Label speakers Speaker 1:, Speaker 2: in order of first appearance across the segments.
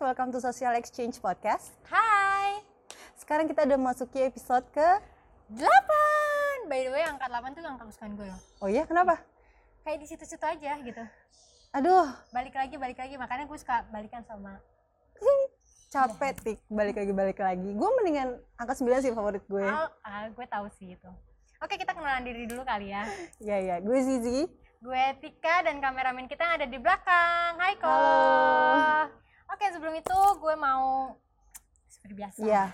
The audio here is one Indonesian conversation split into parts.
Speaker 1: welcome to Social Exchange Podcast.
Speaker 2: Hai,
Speaker 1: Sekarang kita udah masuki episode ke
Speaker 2: 8. By the way, angka 8 tuh angka kesukaan gue loh.
Speaker 1: Oh iya, kenapa?
Speaker 2: Kayak di situ-situ aja gitu.
Speaker 1: Aduh,
Speaker 2: Balik lagi, balik lagi. Makanya gue suka balikan sama
Speaker 1: capek
Speaker 2: Iya.
Speaker 1: tik balik lagi balik lagi. Gue mendingan angka 9 sih favorit gue.
Speaker 2: Al. Ah, gue tahu sih itu. Oke, kita kenalan diri dulu kali ya.
Speaker 1: Iya iya, gue Zizi.
Speaker 2: Gue Tika dan kameramen kita yang ada di belakang. Hai, Ko.
Speaker 1: Halo.
Speaker 2: Oke, sebelum itu gue mau seperti biasa.
Speaker 1: Iya.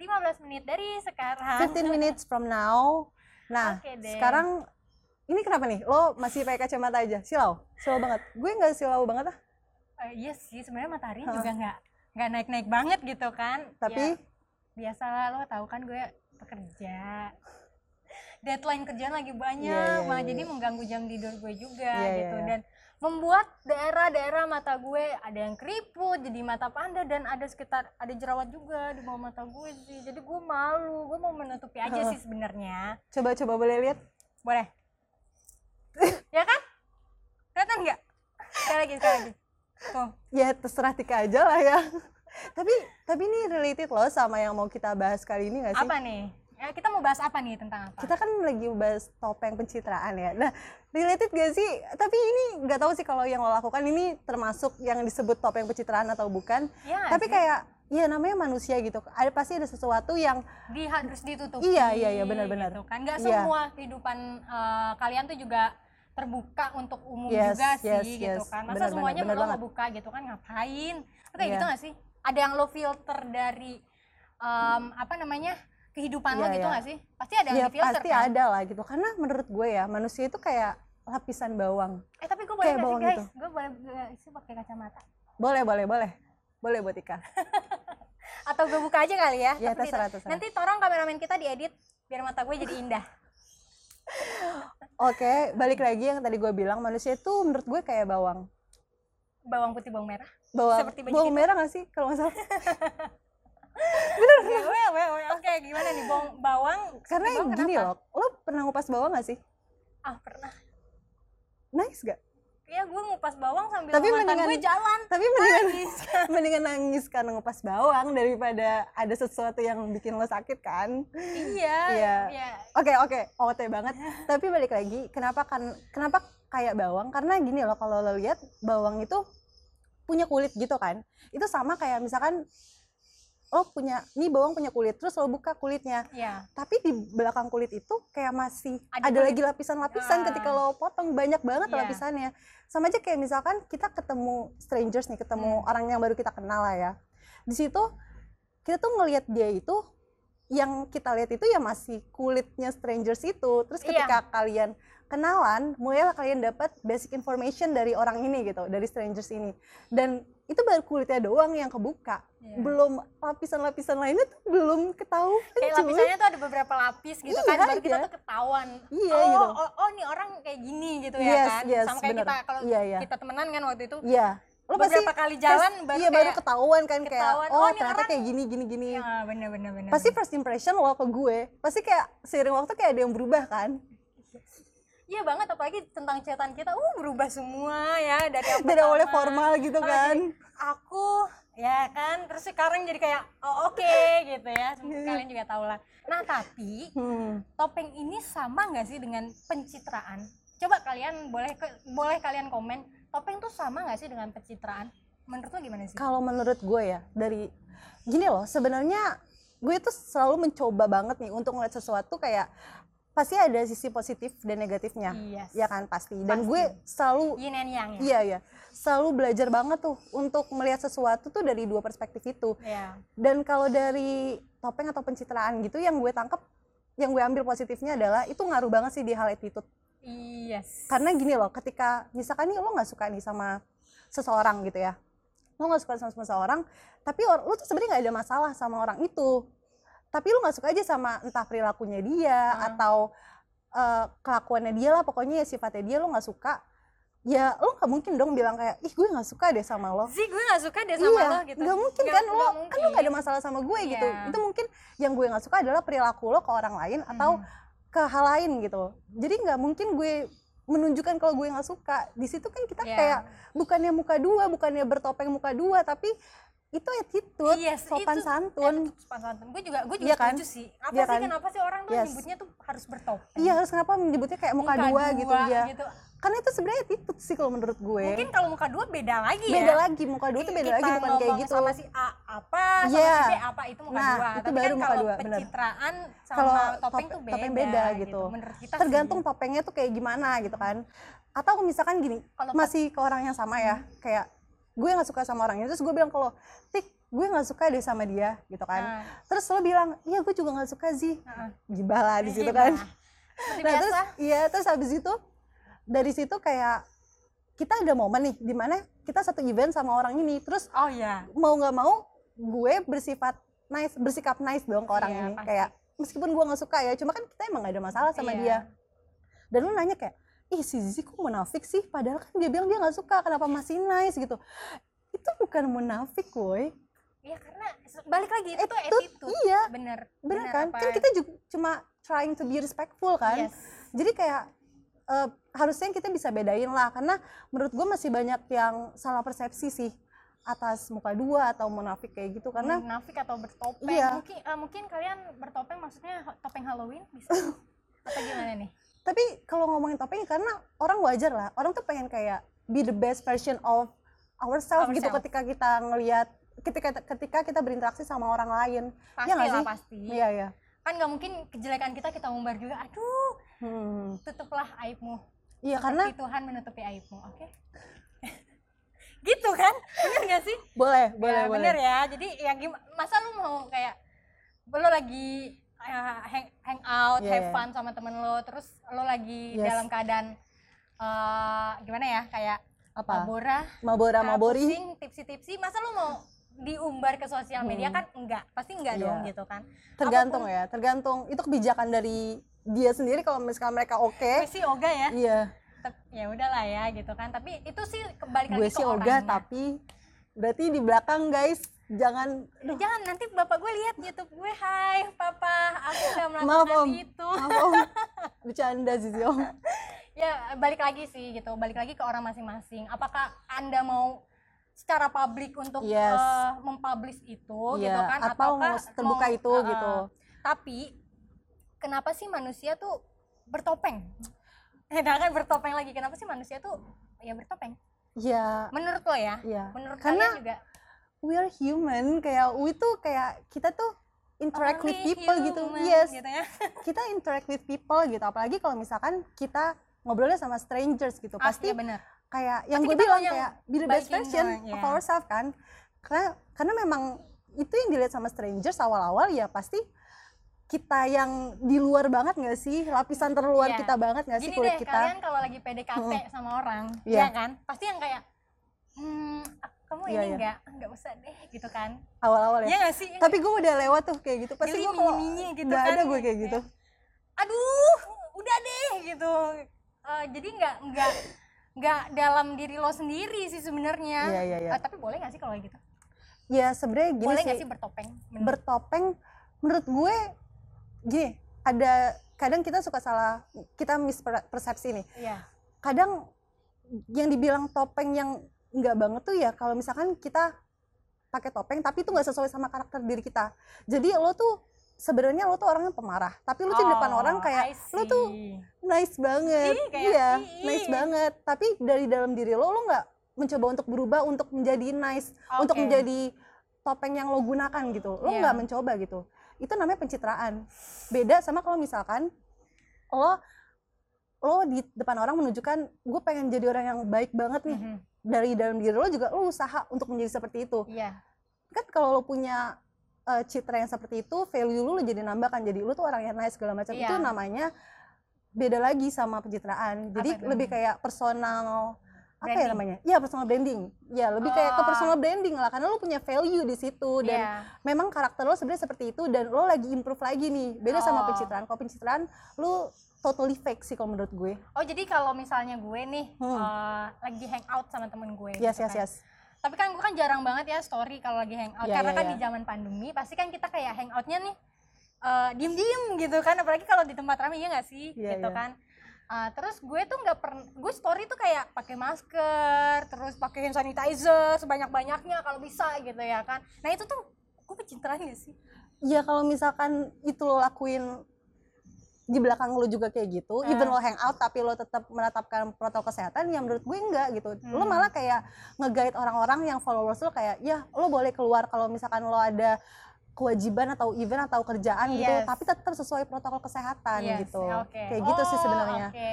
Speaker 2: 15 menit dari sekarang.
Speaker 1: 15 minutes from now. Nah,
Speaker 2: Oke deh.
Speaker 1: sekarang ini kenapa nih? Lo masih pakai kacamata aja? Silau, silau banget. Gue nggak silau banget ah,
Speaker 2: Eh, iya sih, sebenarnya matahari juga nggak nggak naik-naik banget gitu kan.
Speaker 1: tapi
Speaker 2: Ya, biasalah lo tahu kan gue pekerja. Deadline kerjaan lagi banyak,
Speaker 1: Iya, iya,
Speaker 2: malah
Speaker 1: iya,
Speaker 2: jadi mengganggu jam tidur gue juga
Speaker 1: Iya, iya,
Speaker 2: gitu
Speaker 1: iya.
Speaker 2: dan membuat daerah-daerah mata gue ada yang keriput, jadi mata panda dan ada sekitar ada jerawat juga di bawah mata gue sih. Jadi gue malu, gue mau menutupi aja sih sebenarnya.
Speaker 1: coba-coba boleh lihat.
Speaker 2: Boleh. ya kan? Kelihatan nggak? Sekali lagi, sekali lagi. Tuh.
Speaker 1: ya terserah Tika aja lah ya tapi tapi ini related loh sama yang mau kita bahas kali ini nggak sih
Speaker 2: apa nih Eh, kita mau bahas apa nih tentang apa
Speaker 1: kita kan lagi bahas topeng pencitraan ya nah related gak sih tapi ini nggak tahu sih kalau yang lo lakukan ini termasuk yang disebut topeng pencitraan atau bukan
Speaker 2: Iya nggak
Speaker 1: tapi
Speaker 2: sih?
Speaker 1: kayak ya namanya manusia gitu ada pasti ada sesuatu yang
Speaker 2: di harus ditutup
Speaker 1: Iya, iya, iya, benar-benar.
Speaker 2: kan nggak
Speaker 1: Iya.
Speaker 2: semua kehidupan eh, kalian tuh juga terbuka untuk umum
Speaker 1: Yes,
Speaker 2: juga sih
Speaker 1: yes,
Speaker 2: gitu
Speaker 1: yes.
Speaker 2: kan
Speaker 1: Benar,
Speaker 2: masa
Speaker 1: benar,
Speaker 2: semuanya
Speaker 1: benar
Speaker 2: lo mau
Speaker 1: banget.
Speaker 2: buka gitu kan ngapain Lo kayak
Speaker 1: Iya.
Speaker 2: gitu nggak sih ada yang lo filter dari em, apa namanya kehidupan lo
Speaker 1: Iya,
Speaker 2: gitu
Speaker 1: iya.
Speaker 2: nggak sih pasti ada yang
Speaker 1: ya
Speaker 2: di filter
Speaker 1: pasti
Speaker 2: kan
Speaker 1: ada lah gitu karena menurut gue ya manusia itu kayak lapisan bawang
Speaker 2: eh tapi gue boleh
Speaker 1: Kayak
Speaker 2: nggak sih
Speaker 1: bawang
Speaker 2: guys
Speaker 1: gitu.
Speaker 2: gue boleh nggak sih pakai kacamata
Speaker 1: boleh boleh boleh boleh buat Tika
Speaker 2: atau gue buka aja kali ya,
Speaker 1: Iya,
Speaker 2: Tapi di-
Speaker 1: terserah, terserah.
Speaker 2: nanti tolong kameramen kita diedit biar mata gue jadi indah
Speaker 1: Oke, balik lagi yang tadi gue bilang manusia itu menurut gue kayak bawang.
Speaker 2: bawang putih bawang merah
Speaker 1: Bawang,
Speaker 2: Seperti baju
Speaker 1: bawang
Speaker 2: kita.
Speaker 1: merah gak sih kalau nggak salah?
Speaker 2: Oke, oke, oke, oke. Oke, gimana nih bawang? bawang
Speaker 1: Karena
Speaker 2: bawang
Speaker 1: gini
Speaker 2: kenapa?
Speaker 1: loh, lo pernah ngupas bawang gak sih?
Speaker 2: Ah, pernah.
Speaker 1: Nice gak?
Speaker 2: Ya gue ngupas bawang sambil
Speaker 1: Tapi
Speaker 2: Tapi mantan
Speaker 1: mendingan-
Speaker 2: gue jalan.
Speaker 1: Tapi mendingan mendingan nangis karena ngupas bawang daripada ada sesuatu yang bikin lo sakit kan?
Speaker 2: Iya.
Speaker 1: Iya.
Speaker 2: Iya.
Speaker 1: Oke oke, OT banget. Tapi balik lagi, kenapa kan kenapa kayak bawang? Karena gini loh, kalau lo lihat bawang itu punya kulit gitu kan? Itu sama kayak misalkan lo punya, nih bawang punya kulit, terus lo buka kulitnya,
Speaker 2: Iya.
Speaker 1: tapi di belakang kulit itu kayak masih ada,
Speaker 2: Ada
Speaker 1: lagi lapisan-lapisan
Speaker 2: Ah.
Speaker 1: ketika lo potong banyak banget
Speaker 2: Iya.
Speaker 1: lapisannya sama aja kayak misalkan kita ketemu strangers nih ketemu
Speaker 2: Hmm.
Speaker 1: orang yang baru kita kenal lah ya di situ kita tuh ngelihat dia itu yang kita lihat itu ya masih kulitnya strangers itu terus
Speaker 2: Iya.
Speaker 1: ketika kalian kenalan mulailah kalian dapat basic information dari orang ini gitu dari strangers ini dan itu baru kulitnya doang yang kebuka
Speaker 2: Iya.
Speaker 1: belum lapisan-lapisan lainnya tuh belum ketahuan
Speaker 2: Kayak
Speaker 1: cuy.
Speaker 2: lapisannya tuh ada beberapa lapis gitu
Speaker 1: Iya,
Speaker 2: kan, baru kita
Speaker 1: iya.
Speaker 2: tuh ketahuan.
Speaker 1: Iya,
Speaker 2: oh,
Speaker 1: gitu.
Speaker 2: Oh, oh, nih orang kayak gini gitu
Speaker 1: Yes,
Speaker 2: ya kan.
Speaker 1: yes,
Speaker 2: Sama kayak
Speaker 1: bener.
Speaker 2: kita kalau
Speaker 1: Iya, iya.
Speaker 2: kita temenan kan waktu itu.
Speaker 1: Iya. Lo pasti
Speaker 2: beberapa kali jalan
Speaker 1: first-
Speaker 2: baru
Speaker 1: iya, baru
Speaker 2: kayak-
Speaker 1: ketahuan kan
Speaker 2: ketahuan,
Speaker 1: kayak oh,
Speaker 2: oh, ini
Speaker 1: ternyata
Speaker 2: orang-
Speaker 1: kayak gini gini gini.
Speaker 2: Iya, bener bener bener.
Speaker 1: Pasti first impression lo ke gue, pasti kayak seiring waktu kayak ada yang berubah kan?
Speaker 2: Iya banget apalagi tentang cetan kita uh berubah semua ya dari yang
Speaker 1: Dari awalnya
Speaker 2: pertama.
Speaker 1: formal gitu
Speaker 2: Oh,
Speaker 1: kan.
Speaker 2: jadi aku ya kan terus sekarang jadi kayak oh oke gitu ya
Speaker 1: Iya.
Speaker 2: kalian juga tahu lah nah tapi
Speaker 1: Hmm.
Speaker 2: topeng ini sama nggak sih dengan pencitraan coba kalian boleh ke- boleh kalian komen topeng tuh sama nggak sih dengan pencitraan menurut lo gimana sih
Speaker 1: Kalau menurut gue ya dari gini loh, sebenarnya gue tuh selalu mencoba banget nih untuk ngeliat sesuatu kayak pasti ada sisi positif dan negatifnya.
Speaker 2: Iya.
Speaker 1: Ya kan pasti. Dan
Speaker 2: Pasti.
Speaker 1: gue selalu
Speaker 2: yin and yang ya
Speaker 1: Iya iya, selalu belajar banget tuh untuk melihat sesuatu tuh dari dua perspektif itu.
Speaker 2: Iya.
Speaker 1: Dan kalau dari topeng atau pencitraan gitu yang gue tangkap, yang gue ambil positifnya adalah itu ngaruh banget sih di hal attitude.
Speaker 2: yes
Speaker 1: Karena gini loh, ketika misalkan nih lo nggak suka nih sama seseorang gitu ya, lo nggak suka sama seseorang, tapi or- lo tuh sebenarnya nggak ada masalah sama orang itu. Tapi lo nggak suka aja sama entah perilakunya dia
Speaker 2: Hmm.
Speaker 1: atau eh, kelakuannya dia lah, pokoknya ya sifatnya dia lo nggak suka. Ya lo nggak mungkin dong bilang kayak, ih gue nggak suka deh sama lo
Speaker 2: sih gue nggak suka deh sama
Speaker 1: iya,
Speaker 2: lo gitu
Speaker 1: nggak mungkin kan lo kan
Speaker 2: nggak
Speaker 1: lo gak ada
Speaker 2: mungkin.
Speaker 1: masalah sama gue gitu
Speaker 2: Iya.
Speaker 1: itu mungkin yang gue nggak suka adalah perilaku lo ke orang lain atau
Speaker 2: Mhm.
Speaker 1: ke hal lain gitu jadi nggak mungkin gue menunjukkan kalau gue nggak suka di situ kan kita
Speaker 2: Iya.
Speaker 1: kayak bukannya muka dua bukannya bertopeng muka dua tapi itu attitude
Speaker 2: Yes,
Speaker 1: sopan
Speaker 2: Iya itu
Speaker 1: santun
Speaker 2: Eh, sopan santun. Gue juga gue juga
Speaker 1: Iya kan?
Speaker 2: setuju sih. Apa
Speaker 1: Iya
Speaker 2: sih
Speaker 1: kan?
Speaker 2: kenapa sih orang tuh
Speaker 1: Yes.
Speaker 2: nyebutnya tuh harus bertopeng?
Speaker 1: iya harus kenapa menyebutnya kayak muka, dua, gitu ya
Speaker 2: gitu.
Speaker 1: karena itu sebenarnya attitude sih kalau menurut gue
Speaker 2: Mungkin kalau muka dua beda lagi ya.
Speaker 1: beda lagi muka dua tuh beda
Speaker 2: Kita
Speaker 1: lagi bukan kayak
Speaker 2: ngomong
Speaker 1: gitu
Speaker 2: sama si A apa, sama
Speaker 1: Iya.
Speaker 2: si B apa itu muka
Speaker 1: Nah,
Speaker 2: dua.
Speaker 1: itu
Speaker 2: Tapi
Speaker 1: baru
Speaker 2: kan
Speaker 1: muka
Speaker 2: kalau
Speaker 1: dua, bener.
Speaker 2: pencitraan sama
Speaker 1: Kalau
Speaker 2: topeng
Speaker 1: top-
Speaker 2: tuh beda,
Speaker 1: topeng beda gitu.
Speaker 2: Menurut kita
Speaker 1: tergantung
Speaker 2: sih.
Speaker 1: topengnya tuh kayak gimana gitu kan atau misalkan gini
Speaker 2: Kalau pas- Hmm.
Speaker 1: masih ke orang yang sama ya kayak gue nggak suka sama orangnya terus gue bilang kalau tik gue nggak suka deh sama dia gitu kan
Speaker 2: Nah,
Speaker 1: terus lo bilang iya gue juga nggak suka sih
Speaker 2: nah,
Speaker 1: gibah lah di situ kan
Speaker 2: Nah, seperti
Speaker 1: nah terus
Speaker 2: biasa.
Speaker 1: iya terus habis itu dari situ kayak kita ada momen nih dimana kita satu event sama orang ini terus
Speaker 2: Oh iya.
Speaker 1: mau nggak mau gue bersifat nice bersikap nice dong ke orang
Speaker 2: Iya,
Speaker 1: ini
Speaker 2: pasti.
Speaker 1: kayak meskipun gue nggak suka ya cuma kan kita emang gak ada masalah sama
Speaker 2: Iya.
Speaker 1: dia dan lu nanya kayak ih si Zizi kok munafik sih padahal kan dia bilang dia nggak suka kenapa masih nice gitu itu bukan munafik woi
Speaker 2: Iya karena se- balik lagi itu tuh
Speaker 1: Attitude,
Speaker 2: attitude.
Speaker 1: iya.
Speaker 2: Bener.
Speaker 1: bener kan
Speaker 2: apa-
Speaker 1: kan kita juga cuma trying to be respectful kan
Speaker 2: Yes.
Speaker 1: jadi kayak eh, harusnya kita bisa bedain lah karena menurut gue masih banyak yang salah persepsi sih atas muka dua atau munafik kayak gitu karena
Speaker 2: munafik atau bertopeng.
Speaker 1: Iya.
Speaker 2: Mungkin eh, mungkin kalian bertopeng maksudnya ho- topeng Halloween bisa atau gimana nih?
Speaker 1: tapi kalau ngomongin topeng karena orang wajar lah orang tuh pengen kayak be the best version of ourselves gitu
Speaker 2: Ourselves.
Speaker 1: ketika kita ngelihat ketika ketika kita berinteraksi sama orang lain
Speaker 2: Pasti
Speaker 1: nggak
Speaker 2: lah
Speaker 1: sih?
Speaker 2: pasti.
Speaker 1: iya iya
Speaker 2: Kan nggak mungkin kejelekan kita kita umbar juga. Aduh,
Speaker 1: Hmm.
Speaker 2: tutuplah aibmu.
Speaker 1: iya karena
Speaker 2: Seperti Tuhan menutupi aibmu, oke? gitu kan? Bener nggak sih?
Speaker 1: boleh boleh
Speaker 2: ya,
Speaker 1: boleh
Speaker 2: Bener ya. Jadi ya gimana? Masa lu mau kayak lo lagi eh, hang, hang out,
Speaker 1: Iya,
Speaker 2: have
Speaker 1: iya.
Speaker 2: fun sama temen lo, terus lo lagi
Speaker 1: Yes.
Speaker 2: dalam keadaan eh, gimana ya? Kayak
Speaker 1: apa
Speaker 2: Bora,
Speaker 1: mabora
Speaker 2: Ah,
Speaker 1: mabori
Speaker 2: pusing, tipsi-tipsi. Masa lu mau diumbar ke sosial media kan enggak. Pasti enggak
Speaker 1: Hmm. Iya.
Speaker 2: dong gitu kan.
Speaker 1: tergantung ya tergantung itu kebijakan dari dia sendiri kalau misalkan mereka oke
Speaker 2: Gue sih oga ya.
Speaker 1: iya
Speaker 2: Tep- Ya udahlah ya gitu kan. Tapi itu sih kembali lagi
Speaker 1: gue
Speaker 2: ke
Speaker 1: sih
Speaker 2: orangnya.
Speaker 1: oga tapi berarti di belakang guys jangan
Speaker 2: Aduh, Jangan nanti bapak gue lihat YouTube gue, "Hai, papa, aku udah
Speaker 1: Maaf,
Speaker 2: melakukan
Speaker 1: Om.
Speaker 2: itu."
Speaker 1: maaf om bercanda sih om
Speaker 2: Ya, balik lagi sih gitu. Balik lagi ke orang masing-masing. Apakah Anda mau secara publik untuk
Speaker 1: Yes.
Speaker 2: eh, mempublish itu gitu
Speaker 1: Iya,
Speaker 2: kan
Speaker 1: atau
Speaker 2: Ataukah
Speaker 1: mau terbuka itu,
Speaker 2: eh, eh.
Speaker 1: gitu.
Speaker 2: Tapi kenapa sih manusia tuh bertopeng? Eh, nah kan bertopeng lagi. Kenapa sih manusia tuh ya bertopeng?
Speaker 1: ya
Speaker 2: Menurut lo ya?
Speaker 1: Iya.
Speaker 2: Menurut
Speaker 1: Karena
Speaker 2: kalian juga
Speaker 1: we are human kayak we tuh kayak kita tuh interact with
Speaker 2: only
Speaker 1: people gitu
Speaker 2: human
Speaker 1: yes
Speaker 2: gitu ya.
Speaker 1: kita interact with people gitu apalagi kalau misalkan kita ngobrolnya sama strangers gitu
Speaker 2: Ah,
Speaker 1: pasti
Speaker 2: iya benar.
Speaker 1: kayak yang gue
Speaker 2: Pasti kita
Speaker 1: bilang
Speaker 2: yang
Speaker 1: kayak be the best
Speaker 2: balikin
Speaker 1: version
Speaker 2: doang,
Speaker 1: of
Speaker 2: ya.
Speaker 1: ourselves kan karena karena memang itu yang dilihat sama strangers awal-awal ya pasti kita yang di luar banget nggak sih lapisan terluar
Speaker 2: Iya.
Speaker 1: kita banget nggak sih
Speaker 2: Gini
Speaker 1: kulit
Speaker 2: deh,
Speaker 1: kita
Speaker 2: kalian kalau lagi PDKT sama orang,
Speaker 1: Iya.
Speaker 2: ya kan? Pasti yang kayak hmm, ak- kamu
Speaker 1: Iya,
Speaker 2: ini
Speaker 1: iya.
Speaker 2: enggak, enggak usah deh gitu kan.
Speaker 1: awal-awal
Speaker 2: Iya
Speaker 1: ya
Speaker 2: enggak sih? Iya
Speaker 1: tapi gue udah lewat tuh kayak gitu pasti
Speaker 2: Geli
Speaker 1: gue kalau
Speaker 2: mini-mininya gitu
Speaker 1: nggak
Speaker 2: kan.
Speaker 1: ada gue kayak gitu
Speaker 2: aduh udah deh gitu Eh, jadi nggak nggak nggak dalam diri lo sendiri sih sebenarnya
Speaker 1: Iya, iya, iya.
Speaker 2: Eh, tapi boleh nggak sih kalau kayak gitu
Speaker 1: ya sebenarnya gini
Speaker 2: boleh
Speaker 1: sih
Speaker 2: nggak sih bertopeng Menurut-
Speaker 1: bertopeng menurut gue gini ada kadang kita suka salah kita mispersepsi nih
Speaker 2: iya
Speaker 1: kadang yang dibilang topeng yang enggak banget tuh ya kalau misalkan kita pakai topeng tapi itu nggak sesuai sama karakter diri kita jadi lo tuh sebenarnya lo tuh orangnya pemarah tapi lo tuh di depan
Speaker 2: Oh,
Speaker 1: orang kayak
Speaker 2: I
Speaker 1: lo tuh
Speaker 2: see.
Speaker 1: nice banget
Speaker 2: Ih, kayak,
Speaker 1: iya
Speaker 2: ih, ih.
Speaker 1: nice banget tapi dari dalam diri lo lo nggak mencoba untuk berubah untuk menjadi nice untuk
Speaker 2: Oke.
Speaker 1: menjadi topeng yang lo gunakan gitu lo
Speaker 2: Iya.
Speaker 1: nggak mencoba gitu itu namanya pencitraan beda sama kalau misalkan lo lo di depan orang menunjukkan gue pengen jadi orang yang baik banget nih
Speaker 2: Mhm.
Speaker 1: dari dalam diri lo juga lo usaha untuk menjadi seperti itu
Speaker 2: iya
Speaker 1: kan kalau lo punya eh, citra yang seperti itu value lu, lu jadi nambah kan jadi lu tuh orang yang nice segala macam
Speaker 2: Iya.
Speaker 1: itu namanya beda lagi sama pencitraan jadi
Speaker 2: Apa itu
Speaker 1: lebih kayak personal apa ya
Speaker 2: Branding.
Speaker 1: namanya ya personal branding ya lebih kayak ke
Speaker 2: Oh.
Speaker 1: personal branding lah karena lu punya value di situ dan
Speaker 2: iya.
Speaker 1: memang karakter lo sebenarnya seperti itu dan lo lagi improve lagi nih beda sama
Speaker 2: Oh.
Speaker 1: pencitraan kalau pencitraan lu totally fake sih kalau menurut gue
Speaker 2: oh jadi kalau misalnya gue nih
Speaker 1: Hmm.
Speaker 2: eh, lagi hangout sama temen gue
Speaker 1: yes
Speaker 2: gitu
Speaker 1: yes
Speaker 2: kan.
Speaker 1: yes
Speaker 2: tapi kan gue kan jarang banget ya story kalau lagi hangout
Speaker 1: Iya,
Speaker 2: karena
Speaker 1: iya,
Speaker 2: kan
Speaker 1: iya.
Speaker 2: di zaman pandemi pasti kan kita kayak hangoutnya nih eh diem diem gitu kan apalagi kalau di tempat ramai ya nggak sih
Speaker 1: Iya,
Speaker 2: gitu
Speaker 1: iya.
Speaker 2: kan Ah, terus gue tuh nggak pernah gue story tuh kayak pakai masker terus pakai hand sanitizer sebanyak banyaknya kalau bisa gitu ya kan nah itu tuh gue pencitraan gak sih
Speaker 1: ya kalau misalkan itu lo lakuin di belakang lo juga kayak gitu,
Speaker 2: Ah.
Speaker 1: even lo hangout tapi lo tetap menetapkan protokol kesehatan, ya menurut gue enggak gitu. Lo
Speaker 2: Hmm.
Speaker 1: malah kayak nge-guide orang-orang yang followers lo kayak, ya lo boleh keluar kalau misalkan lo ada kewajiban atau event atau kerjaan gitu,
Speaker 2: Yes.
Speaker 1: tapi tetap sesuai protokol kesehatan
Speaker 2: Yes,
Speaker 1: gitu.
Speaker 2: Iya oke.
Speaker 1: Kayak gitu sih
Speaker 2: Oh,
Speaker 1: sebenarnya.
Speaker 2: oke.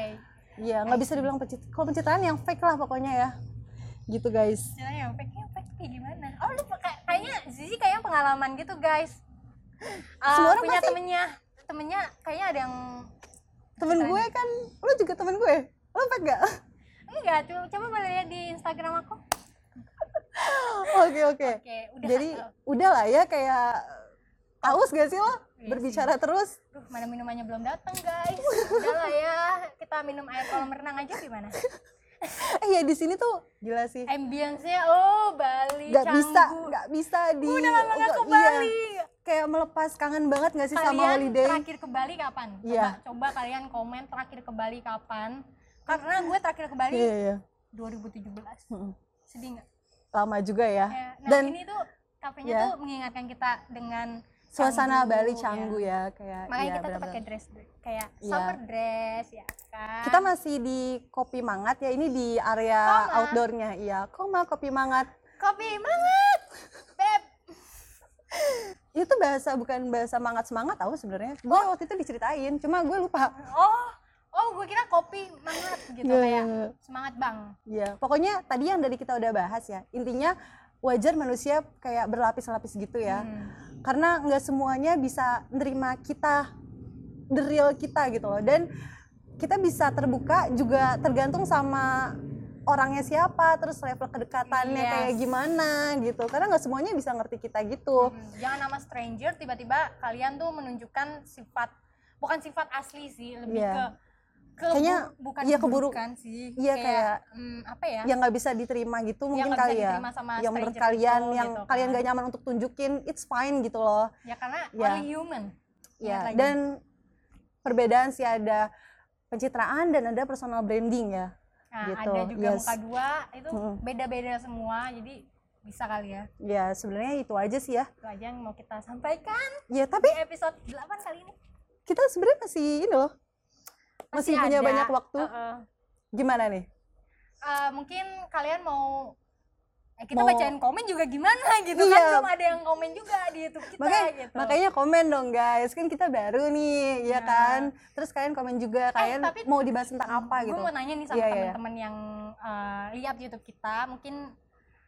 Speaker 1: Iya, nggak bisa dibilang pencit. Kalau pencitraan yang fake lah pokoknya ya. Gitu guys.
Speaker 2: Ceritanya yang fake yang fake kayak gimana oh lu pakai- kayaknya Zizi kayaknya pengalaman gitu guys Ah,
Speaker 1: Semua orang
Speaker 2: punya
Speaker 1: pasti-
Speaker 2: temennya temennya kayaknya ada yang
Speaker 1: Temen
Speaker 2: Pencitraan.
Speaker 1: gue kan, lo juga temen gue. Lo fake gak?
Speaker 2: enggak tuh coba boleh lihat di Instagram aku oke
Speaker 1: Oke, oke.
Speaker 2: udah
Speaker 1: Jadi
Speaker 2: oh,
Speaker 1: udah lah ya kayak aus gak sih lo
Speaker 2: Iya
Speaker 1: berbicara terus?
Speaker 2: Duh, mana minumannya belum datang guys udah lah ya kita minum air kolam renang aja gimana
Speaker 1: Eh ya di sini tuh gila sih.
Speaker 2: ambience-nya oh Bali
Speaker 1: Gak
Speaker 2: Eh, canggu.
Speaker 1: bisa, gak bisa di.
Speaker 2: Gua udah lama gak
Speaker 1: nggak-
Speaker 2: ke
Speaker 1: iya.
Speaker 2: Bali
Speaker 1: Kayak melepas kangen banget gak sih sama
Speaker 2: kalian
Speaker 1: holiday?
Speaker 2: terakhir ke Bali kapan? Coba,
Speaker 1: Iya.
Speaker 2: coba kalian komen terakhir ke Bali kapan? Karena gue terakhir ke Bali
Speaker 1: Iya, iya, iya.
Speaker 2: 2017.
Speaker 1: Mm-mm.
Speaker 2: Sedih nggak?
Speaker 1: Lama juga ya.
Speaker 2: Ya, Nah
Speaker 1: Dan
Speaker 2: ini tuh kafenya
Speaker 1: Iya.
Speaker 2: tuh mengingatkan kita dengan
Speaker 1: suasana
Speaker 2: Canggu,
Speaker 1: Bali
Speaker 2: ya.
Speaker 1: canggu ya, kayak.
Speaker 2: Makanya
Speaker 1: iya,
Speaker 2: kita tuh
Speaker 1: benar-benar.
Speaker 2: pakai dress kayak
Speaker 1: Iya.
Speaker 2: summer dress ya kan.
Speaker 1: Kita masih di Kopi Mangat ya, ini di area
Speaker 2: Koma.
Speaker 1: outdoornya. Iya, Koma Kopi Mangat.
Speaker 2: kopi banget. Beb,
Speaker 1: Itu bahasa bukan bahasa mangat-semangat tahu sebenarnya. Gue waktu itu diceritain, cuma gue lupa.
Speaker 2: oh, oh gue kira kopi banget gitu
Speaker 1: Iya,
Speaker 2: kayak
Speaker 1: iya, iya.
Speaker 2: semangat bang.
Speaker 1: Iya, pokoknya tadi yang dari kita udah bahas ya, intinya wajar manusia kayak berlapis-lapis gitu ya,
Speaker 2: Hmm.
Speaker 1: karena nggak semuanya bisa nerima kita, the real kita gitu loh, dan kita bisa terbuka juga tergantung sama orangnya siapa, terus level kedekatannya
Speaker 2: Yes.
Speaker 1: kayak gimana gitu, karena nggak semuanya bisa ngerti kita gitu.
Speaker 2: Mm, Jangan nama stranger tiba-tiba kalian tuh menunjukkan sifat bukan sifat asli sih, lebih
Speaker 1: Iya.
Speaker 2: ke ke
Speaker 1: Kayaknya,
Speaker 2: bu- bukan
Speaker 1: iya, keburuk-
Speaker 2: keburukan sih.
Speaker 1: iya, kayak,
Speaker 2: mm, apa ya?
Speaker 1: Yang nggak bisa diterima gitu mungkin
Speaker 2: nggak bisa
Speaker 1: kali ya,
Speaker 2: diterima sama
Speaker 1: yang menurut
Speaker 2: stranger
Speaker 1: kalian,
Speaker 2: itu
Speaker 1: yang
Speaker 2: gitu
Speaker 1: kalian
Speaker 2: kan.
Speaker 1: nggak nyaman untuk tunjukin, it's fine gitu loh.
Speaker 2: Ya karena
Speaker 1: Iya.
Speaker 2: only human. Ingat
Speaker 1: Ya,
Speaker 2: lagi.
Speaker 1: dan perbedaan sih ada pencitraan dan ada personal branding ya.
Speaker 2: Nah,
Speaker 1: gitu,
Speaker 2: ada juga
Speaker 1: yes.
Speaker 2: muka dua itu
Speaker 1: Mm.
Speaker 2: beda-beda semua. Jadi bisa kali ya.
Speaker 1: Ya, sebenarnya itu aja sih ya.
Speaker 2: Itu aja yang mau kita sampaikan
Speaker 1: Ya,
Speaker 2: di
Speaker 1: tapi
Speaker 2: episode 8 kali ini.
Speaker 1: kita sebenarnya masih ini loh. Masih, punya
Speaker 2: ada,
Speaker 1: banyak waktu.
Speaker 2: uh-uh.
Speaker 1: Gimana nih?
Speaker 2: Eh, mungkin kalian mau eh, kita
Speaker 1: Mau-
Speaker 2: bacain komen juga gimana gitu kan
Speaker 1: Iya.
Speaker 2: belum ada yang komen juga di YouTube kita
Speaker 1: Makanya,
Speaker 2: gitu.
Speaker 1: makanya komen dong guys. Kan kita baru nih, ya
Speaker 2: Nah. Eh,
Speaker 1: kan? Terus kalian komen juga kalian
Speaker 2: tapi-
Speaker 1: mau dibahas tentang apa gitu.
Speaker 2: Gue mau nanya nih sama
Speaker 1: Iya, iya, iya.
Speaker 2: teman-teman yang eh, lihat YouTube kita, mungkin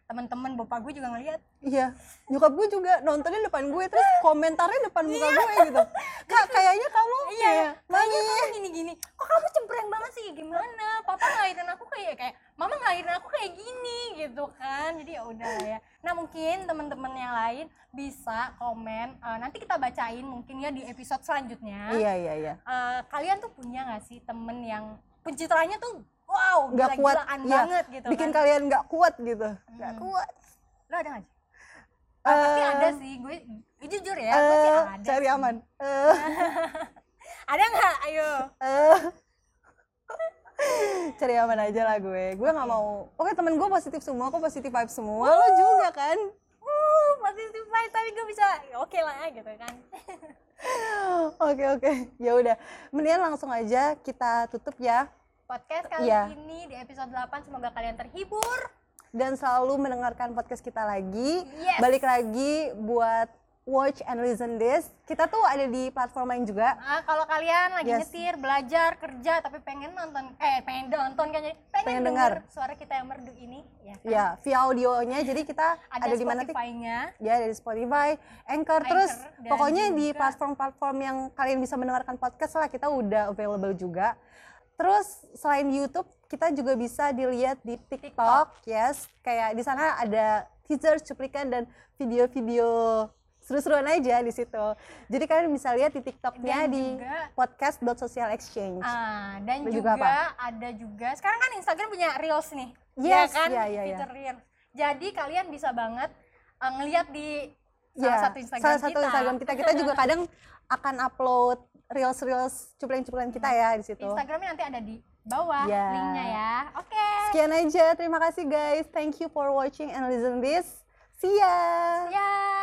Speaker 2: teman-teman bapak gue juga ngelihat.
Speaker 1: Iya, nyokap gue juga nontonnya depan gue terus komentarnya depan muka gue gitu. Kak, kayaknya kamu
Speaker 2: Iya, iya.
Speaker 1: kayak,
Speaker 2: Kayaknya kamu gini-gini. Kok kamu cempreng banget sih? Gimana? Papa ngelahirin aku kayak kayak mama ngelahirin aku kayak gini gitu kan. Jadi ya udah ya. Nah, mungkin teman-teman yang lain bisa komen eh, nanti kita bacain mungkin ya di episode selanjutnya.
Speaker 1: Iya, iya, iya.
Speaker 2: Eh, kalian tuh punya gak sih temen yang pencitraannya tuh wow,
Speaker 1: Nggak kuat,
Speaker 2: gila-gilaan
Speaker 1: iya.
Speaker 2: banget gitu
Speaker 1: Bikin
Speaker 2: kan.
Speaker 1: kalian nggak kuat gitu. Nggak
Speaker 2: Hmm.
Speaker 1: kuat.
Speaker 2: Lo ada gak sih? Ah, pasti
Speaker 1: Eh,
Speaker 2: ada sih, gue gue jujur ya, gue sih
Speaker 1: eh
Speaker 2: ada.
Speaker 1: cari
Speaker 2: sih.
Speaker 1: aman. Eh,
Speaker 2: Ada nggak? Ayo.
Speaker 1: eh. cari aman aja lah gue. Gue
Speaker 2: Iya.
Speaker 1: nggak mau. Oke temen gue positif semua, kok positif vibe semua. Lo juga kan?
Speaker 2: Uh, positive vibe tapi gue bisa, ya oke lah gitu kan.
Speaker 1: Oke oke. Ya udah. Mendingan langsung aja kita tutup ya.
Speaker 2: Podcast kali
Speaker 1: Iya.
Speaker 2: ini di episode 8 semoga kalian terhibur.
Speaker 1: Dan selalu mendengarkan podcast kita lagi.
Speaker 2: Yes.
Speaker 1: Balik lagi buat watch and listen this. Kita tuh ada di platform lain juga.
Speaker 2: Ah, kalau kalian lagi
Speaker 1: Yes.
Speaker 2: nyetir, belajar, kerja tapi pengen nonton eh pengen nonton kan jadi pengen,
Speaker 1: Pengen
Speaker 2: denger
Speaker 1: dengar.
Speaker 2: suara kita yang merdu ini ya. kan?
Speaker 1: Ya, via audionya. Jadi kita
Speaker 2: Ada,
Speaker 1: ada, di mana tik-
Speaker 2: Spotify-nya.
Speaker 1: ya dari Spotify, Anchor, terus
Speaker 2: dan
Speaker 1: pokoknya di
Speaker 2: juga-
Speaker 1: platform-platform yang kalian bisa mendengarkan podcast lah kita udah available juga. Terus selain YouTube kita juga bisa dilihat di TikTok, yes, kayak di sana ada teaser, cuplikan dan video-video seru-seruan aja di situ. Jadi kalian bisa lihat di TikToknya
Speaker 2: Dan
Speaker 1: di
Speaker 2: juga-
Speaker 1: podcast.social exchange.
Speaker 2: Ah, dan
Speaker 1: Dan
Speaker 2: juga,
Speaker 1: juga
Speaker 2: ada juga sekarang kan Instagram punya Reels nih.
Speaker 1: Yes,
Speaker 2: ya kan?
Speaker 1: iya, iya,
Speaker 2: Fitur Reels. Jadi kalian bisa banget eh, ngelihat di
Speaker 1: Ya,
Speaker 2: salah satu Instagram
Speaker 1: salah satu
Speaker 2: kita.
Speaker 1: Instagram kita. Kita juga kadang akan upload reels reels cuplen cuplen kita ya di situ
Speaker 2: Instagramnya nanti ada di bawah
Speaker 1: Ya.
Speaker 2: linknya ya. Oke.
Speaker 1: sekian aja terima kasih guys thank you for watching and listen this see ya
Speaker 2: Ya.